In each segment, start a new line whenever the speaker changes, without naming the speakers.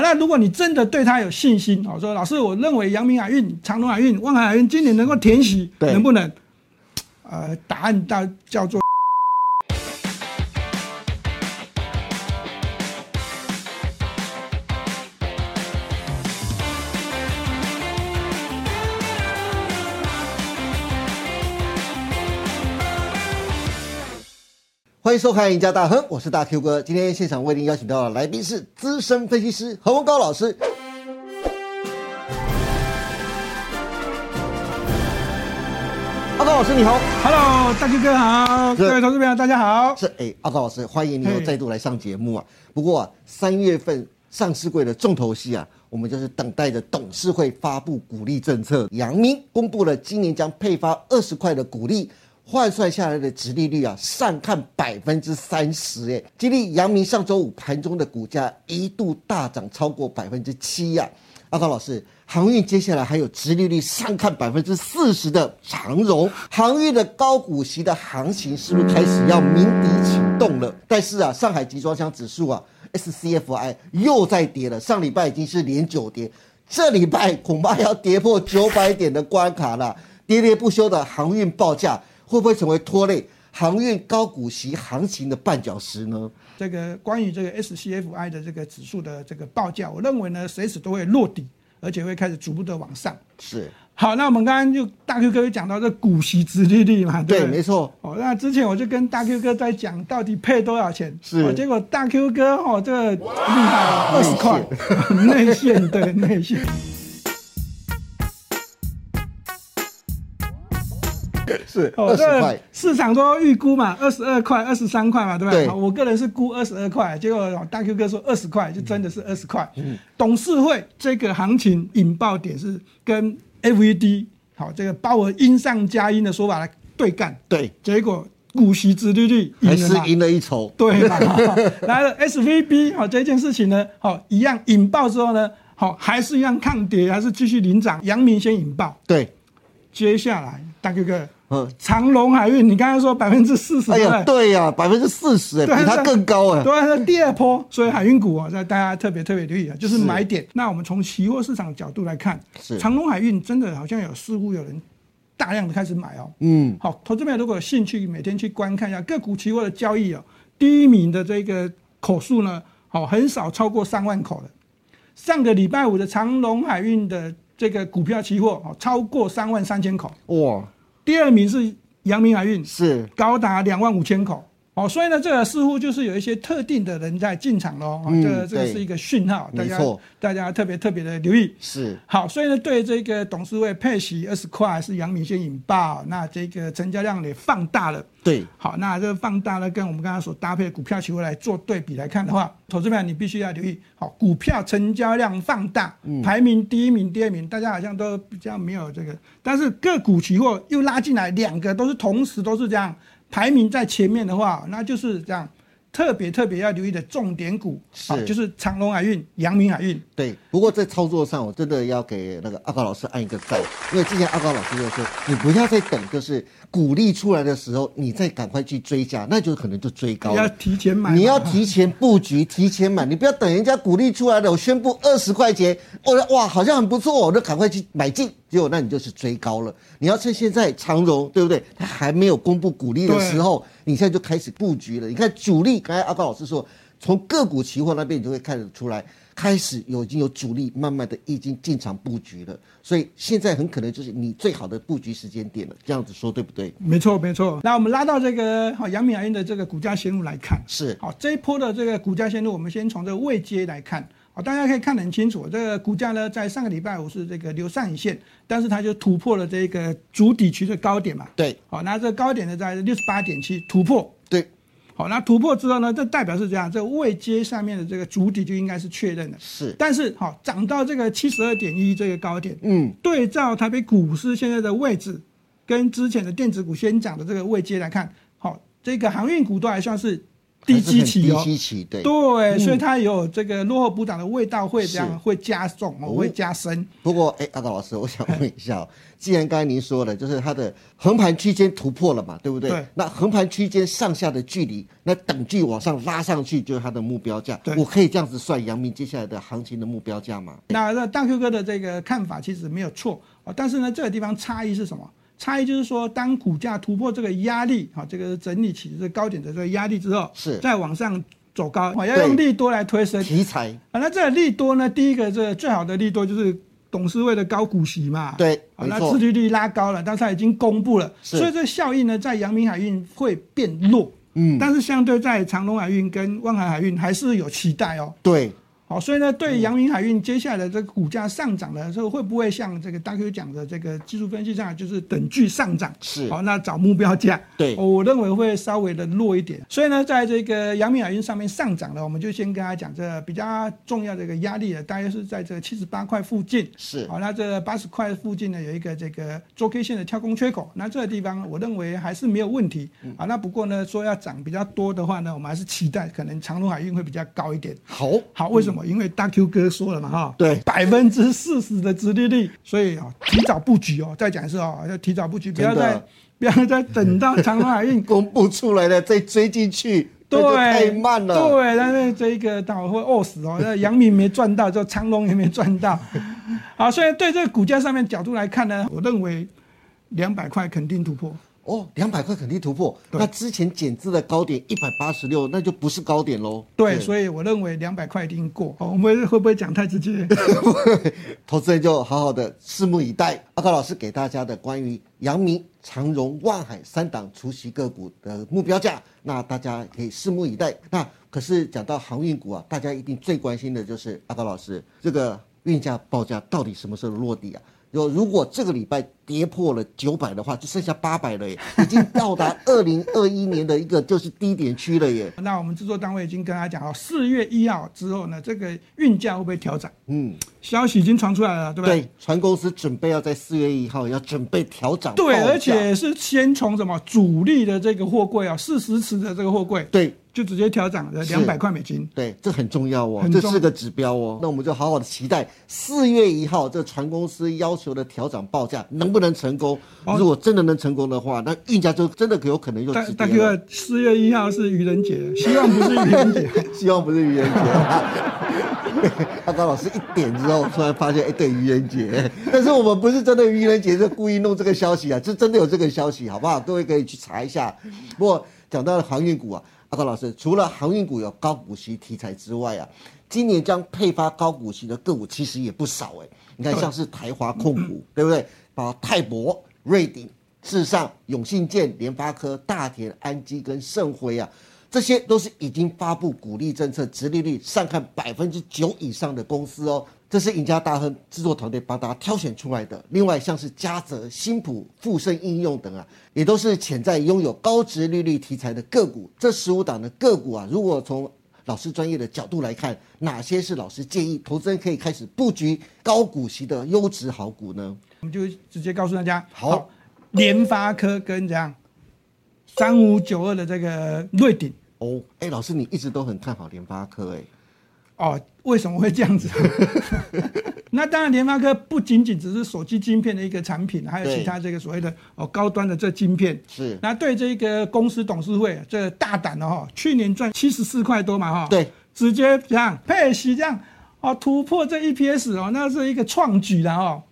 那如果你真的对他有信心，哦，说老师，我认为阳明海运、长隆海运、万海海运今年能够填息，
对
能不能？呃，答案大叫做。
欢迎收看《赢家大亨》，我是大 Q 哥。今天现场为您邀请到的来宾是资深分析师何文高老师。阿高老师你好，
Hello，大鸡哥好，
是
各位投资朋友大家好。
是哎，阿高老师，欢迎你又
哦嘿
再度来上节目啊。不过啊，三月份上市柜的重头戏啊，我们就是等待着董事会发布股利政策。阳明公布了今年将配发二十块的股利，换算下来的值利率啊，上看百分之三十。哎，激励阳明上周五盘中的股价一度大涨超过百分之七啊呀。阿高老师，航运接下来还有殖利率上看百分之四十的长荣，航运的高股息的行情是不是开始要鸣笛启动了？但是啊，上海集装箱指数啊，SCFI 又在跌了，上礼拜已经是连九跌，这礼拜恐怕要跌破九百点的关卡了，喋喋不休的航运报价会不会成为拖累航运高股息行情的绊脚石呢？
这个关于这个 SCFI 的这个指数的这个报价，我认为呢，随时都会落底，而且会开始逐步的往上。
是
好，那我们刚刚就大 Q 哥有讲到这股息殖利率嘛，对
对，
不对
没错，
哦，那之前我就跟大 Q 哥在讲到底配多少钱，
是啊
哦结果大 Q 哥哦，这个厉害了，二十块， 内线对内线。
是
哦，
二十
这个
块。
市场都预估嘛，二十二块、二十三块嘛，对不对？
对
好我个人是估二十二块，结果大 Q 哥说二十块，就真的
嗯
是二十块。董事会这个行情引爆点是跟 FED 好这个鲍尔因上加因的说法来对干，
对，
结果股息殖利率
还
赢了
是
嘛。
赢了一筹。
对嘛？然后 SVB 好、这件事情呢，好、一样引爆之后呢，好、还是一样抗跌，还是继续领涨。阳明先引爆，
对，
接下来大 Q 哥
嗯，
长隆海运，你刚才说百分之四十，
哎
对不
呀，
对？
对呀，百分之四十，哎，
对
比它更高哎。
对啊，那第二波，所以海运股啊，在大家特别特别留意啊，就是
是
买点。那我们从期货市场角度来看
是，
长隆海运真的好像有似乎有人大量的开始买哦。
嗯，
好，投资朋友如果有兴趣，每天去观看一下个股期货的交易哦。第一名的这个口数呢，好、很少超过三万口的。上个礼拜五的长隆海运的这个股票期货，哦，超过三万三千口。
哇，
第二名是阳明海运，
是
高达两万五千口。哦，所以呢，这个似乎就是有一些特定的人在进场喽、哦
嗯
这个这个
对
是一个讯号，大
没
家
错
大家特别特别的留意。
是，
好，所以呢，对这个董事会配息二十块是阳明先引爆，那这个成交量也放大了。
对，
好，那这个放大了，跟我们刚刚所搭配的股票期货来做对比来看的话，投资票你必须要留意，好，股票成交量放大，
嗯
排名第一名、第二名，大家好像都比较没有这个，但是个股期货又拉进来，两个都是同时都是这样排名在前面的话，那就是这样特别特别要留意的重点股，
是
好就是长隆海运、阳明海运，
对。不过在操作上，我真的要给那个阿高老师按一个赞，因为之前阿高老师就说，你不要再等，就是鼓励出来的时候，你再赶快去追加，那就可能就追高
要
了。
提前买嘛，
哦你要提前布局，提前买，你不要等人家鼓励出来了，我宣布二十块钱，我说哇，好像很不错，我就赶快去买进。结果那你就是追高了。你要趁现在长荣对不对？它还没有公布鼓励的时候，你现在就开始布局了。你看主力，刚才阿高老师说，从个股期货那边你就会看得出来，开始有已经有主力慢慢的已经进场布局了。所以现在很可能就是你最好的布局时间点了。这样子说对不对？
没错，没错。那我们拉到这个好阳明海运的这个股价线路来看，
是
好这一波的这个股价线路，我们先从这个位阶来看。好，大家可以看得很清楚，这个股价呢，在上个礼拜五是这个留上影线，但是它就突破了这个主底区的高点嘛。
对
好，那这个高点呢，在六十八点七突破。
对，
好，那突破之后呢，这代表是这样，这个位阶上面的这个主底就应该是确认的。
是
但是好、涨到这个七十二点一这个高点，
嗯，
对照台北股市现在的位置，跟之前的电子股先涨的这个位阶来看，好、这个航运股都还算是低基期哦
还是很低。基期，对。
对，所以它有这个落后补涨的味道，会这样会加重哦，会加深。
不过，哎，阿道老师，我想问 一下、哦，既然刚才您说了，就是它的横盘区间突破了嘛，对不对？
对
那横盘区间上下的距离，那等距往上拉上去就是它的目标价。
对
我可以这样子算阳明接下来的行情的目标价吗？
那那大 Q 哥的这个看法其实没有错哦，但是呢，这个地方差异是什么？差异就是说，当股价突破这个压力，哈、这个整理起这个高点的这个压力之后，
是
再往上走高，哦、要
对
用利多来推升。
题材
啊，那这个利多呢？第一个，这个最好的利多就是董事会的高股息嘛。
对
啊
没
那
错
市利率拉高了，但是它已经公布了，
是
所以这效应呢，在阳明海运会变弱。
嗯
但是相对在长隆海运跟万海海运还是有期待哦。
对，
好，所以呢，对阳明海运接下来的这个股价上涨的时候，会不会像这个大 Q 讲的这个技术分析上，就是等距上涨？
是
好，那找目标价。
对
哦我认为会稍微的弱一点。所以呢，在这个阳明海运上面上涨了，我们就先跟大家讲这比较重要的一个压力了，大约是在这七十八块附近。
是
好，那这八十块附近呢有一个这个周 K 线的跳空缺口，那这个地方我认为还是没有问题。
嗯
啊，那不过呢，说要涨比较多的话呢，我们还是期待可能长隆海运会比较高一点。
好，
好，为什么？因为大 Q 哥说了嘛，哈，
嗯对
百分之四十的殖利率，所以啊、哦，提早布局哦。再讲一次哦，要提早布局，不要
真的
再不要再等到长隆海运
公布出来了再追进去，
对
那就太慢了。
对，但是这一个倒会饿死 哦。那杨明没赚到，就长隆也没赚到。好，所以对这个股价上面角度来看呢，我认为两百块肯定突破。
哦，两百块肯定突破，
对
那之前减资的高点一百八十六，那就不是高点喽。
对，所以我认为两百块一定过。哦，我们会不会讲太直接？
投资人就好好的拭目以待。阿高老师给大家的关于阳明、长荣、万海三档除息个股的目标价，那大家可以拭目以待。那可是讲到航运股啊，大家一定最关心的就是阿高老师这个运价报价到底什么时候落地啊？有如果这个礼拜跌破了九百的话，就剩下八百了耶，已经到达二零二一年的一个就是低点区了耶。
那我们制作单位已经跟他讲哦，四月一号之后呢，这个运价会不会调整？
嗯，
消息已经传出来了，对不对？
对，船公司准备要在四月一号要准备调涨报价，
对，而且是先从什么主力的这个货柜啊，四十尺的这个货柜，
对
就直接调涨了
是
两百块美金。
对，这很重要哦
很，
这
重
是个指标哦。那我们就好好的期待四月一号这船公司要求的调涨报价能不能成功。
哦
如果真的能成功的话，那运价就真的有可能又
大
止
大
跌了。
哥，四月一号是愚人节，希望不是愚人节。
希望不是愚人节、阿高老师一点之后，突然发现，哎、对，愚人节。但是我们不是真的愚人节，是故意弄这个消息啊，是真的有这个消息，好不好？各位可以去查一下。不过讲到了航运股啊，阿高老师，除了航运股有高股息题材之外啊，今年将配发高股息的个股其实也不少哎、你看，像是台华控股，对不对？包括泰博、瑞鼎、至上、永信建、联发科、大田、安基跟盛辉啊，这些都是已经发布鼓励政策，直利率上看百分之九以上的公司哦。这是赢家大亨制作团队帮大家挑选出来的。另外，像是嘉泽、新普、富盛应用等啊，也都是潜在拥有高值利率题材的个股。这十五档的个股啊，如果从老师专业的角度来看，哪些是老师建议投资人可以开始布局高股息的优质好股呢？
我们就直接告诉大家，
好，
联发科跟怎样，三五九二的这个瑞鼎
哦，哎，老师，你一直都很看好联发科，哎，
哦，为什么会这样 子？ 那当然，联发科不仅仅只是手机晶片的一个产品，还有
对
其他这个所谓的哦高端的这晶片。
是
那对这个公司董事会这大胆了哈、哦，去年赚七十四块多嘛哈、哦，
对，
直接这样配息这样哦，突破这 EPS 哦，那是一个创举了哦。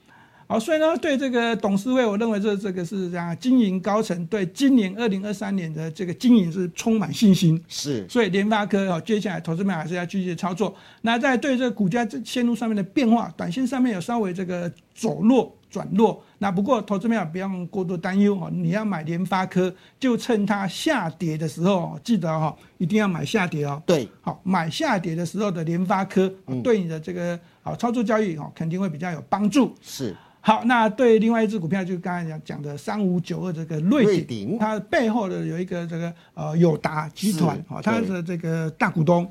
好，所以呢，对这个董事会，我认为这这个是这样，经营高层对今年二零二三年的这个经营是充满信心。
是，
所以联发科哦，接下来投资们还是要继续操作。那在对这个股价这线路上面的变化，短线上面有稍微这个走弱转弱。那不过投资们不用过度担忧哦，你要买联发科，就趁它下跌的时候哦，记得哈、哦，一定要买下跌哦。
对，
好，买下跌的时候的联发科，哦对你的这个好操作交易哦，肯定会比较有帮助。
是
好，那对另外一只股票，就刚才讲讲的三五九二这个瑞鼎，
瑞鼎
它背后的有一个这个呃友达集团
是，
哦，它
对
的这个大股东。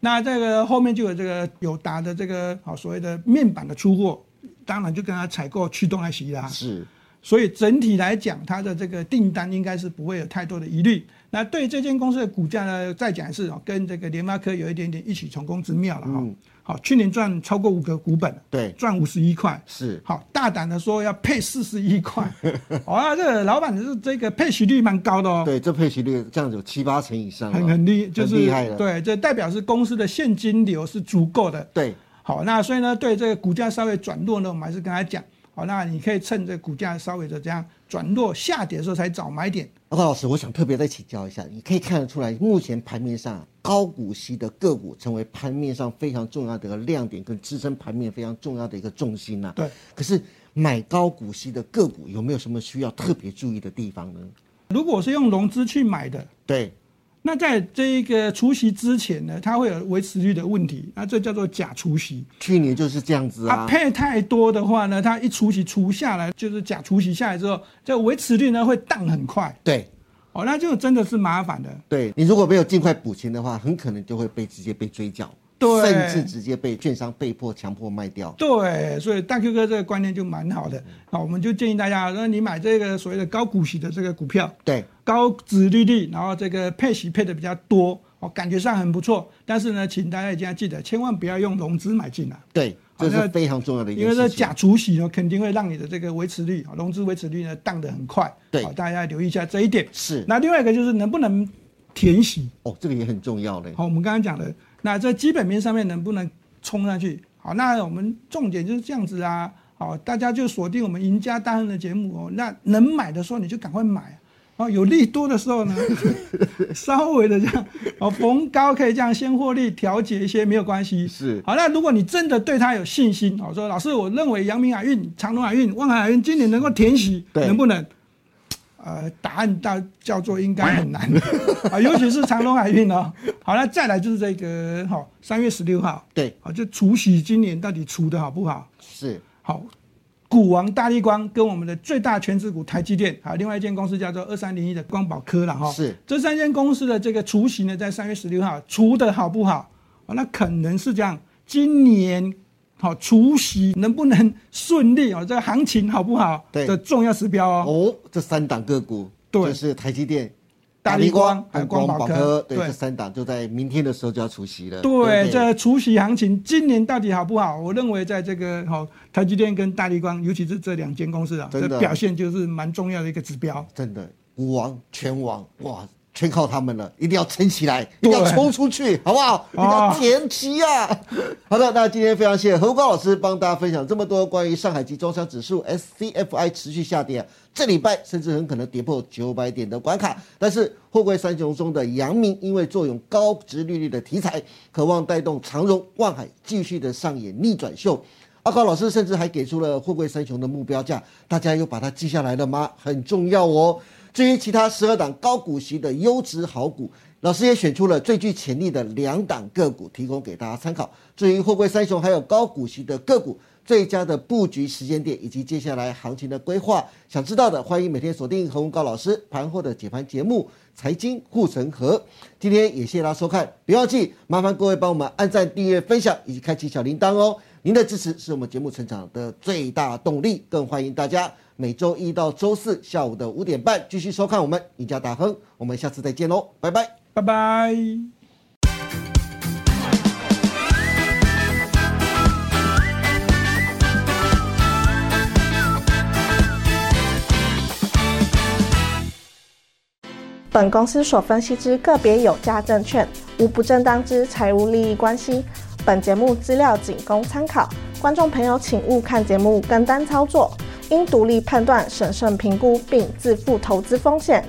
那这个后面就有这个呃友达的这个好、哦、所谓的面板的出货，当然就跟它采购驱动 IC 啦。
是，
所以整体来讲，它的这个订单应该是不会有太多的疑虑。那对这间公司的股价呢，再讲一次哦，跟这个联发科有一点点异曲同工之妙了哈、哦
嗯
好，去年赚超过五个股本，
对
赚五十一块，
是
好大胆的说要配四十一 块，哇、这个老板是这个配息率蛮高的哦。
对，这配息率这样子有七八成以上了，
很很厉，就是
很厉害了。
对，这代表是公司的现金流是足够的。
对
好，那所以呢，对这个股价稍微转弱呢，我们还是跟他讲，好，那你可以趁这个股价稍微的这样转弱下跌的时候才找买点。
报告老师，我想特别再请教一下，你可以看得出来，目前盘面上高股息的个股成为盘面上非常重要的一个亮点，跟支撑盘面非常重要的一个重心呐、
对，
可是买高股息的个股有没有什么需要特别注意的地方呢？
如果是用融资去买的，
对，
那在这一个除息之前呢，它会有维持率的问题，那这叫做假除息。
去年就是这样子
它
啊。
配太多的话呢，它一除息除下来，就是假除息下来之后，这维持率呢会荡很快，
对
哦，那就真的是麻烦的。
对，你如果没有尽快补钱的话，很可能就会被直接被追缴，
对
甚至直接被券商被迫强迫卖掉。
对，所以大 Q 哥这个观念就蛮好的。那我们就建议大家，那你买这个所谓的高股息的这个股票，
对，
高值利率，然后这个配息配的比较多，哦，感觉上很不错。但是呢，请大家一定要记得，千万不要用融资买进来，
对，
好
这
那
是非常重要的一
因
件
为
事情。
这假除息呢，肯定会让你的这个维持率啊，哦融资维持率呢荡得很快。
对
好大家留意一下这一点。
是
那另外一个就是能不能填息？
哦，这个也很重要嘞。
好，我们刚刚讲的，那在基本面上面能不能冲上去？好，那我们重点就是这样子啊。好，大家就锁定我们赢家大亨的节目哦。那能买的时候你就赶快买啊。哦，有利多的时候呢， 稍微的这样哦，逢高可以这样先获利调节一些，没有关系。
是
好，那如果你真的对它有信心，哦，说老师，我认为阳明海运、长隆海运、万海海运今年能够填息，
对
能不能？呃，答案大叫做应该很 难啊，尤其是长隆海运哦。好，那再来就是这个哈，三、3月十六号，
对，
好，就除夕今年到底除的好不好？
是
好，股王大力光跟我们的最大全资股台积电，还有另外一间公司叫做二三零一的光宝科了哈。
是
这三间公司的这个除息呢，在三月十六号除的好不好？哦，那可能是这样，今年。好，除息能不能顺利哦？这个行情好不好？
对
的重要指标哦。
哦，这三档个股，
对
就是台积电、
大力光
大力
还有光
光
宝
宝
科
科，对，
对
这三档就在明天的时候就要除息了。
对，
不
这除夕行情今年到底好不好？我认为在这个好、台积电跟大力光，尤其是这两间公司啊，
真的
这表现就是蛮重要的一个指标。
真的股王、拳王，哇，全靠他们了，一定要撑起来，一定要
对
冲出去，好不好？一定要前期啊！ 好的，那今天非常谢谢何光老师帮大家分享这么多关于上海集装箱指数 SCFI 持续下跌，这礼拜甚至很可能跌破九百点的关卡。但是货柜三雄中的阳明，因为坐拥高值利率的题材，渴望带动长荣、万海继续的上演逆转秀。阿高老师甚至还给出了货柜三雄的目标价，大家又把它记下来了吗？很重要哦。至于其他十二档高股息的优质好股，老师也选出了最具潜力的两档个股，提供给大家参考。至于货柜三雄还有高股息的个股，最佳的布局时间点以及接下来行情的规划，想知道的欢迎每天锁定何文高老师盘后的解盘节目《财经护城河》。今天也谢谢大家收看，别忘记麻烦各位帮我们按赞、订阅、分享以及开启小铃铛哦。您的支持是我们节目成长的最大动力，更欢迎大家每周一到周四下午的五点半继续收看我们赢家大亨。我们下次再见喽，拜拜。
拜拜。
本公司所分析之个别有价证券，无不正当之财务利益关系。本节目资料仅供参考，观众朋友请勿看节目跟单操作，应独立判断、审慎评估并自负投资风险。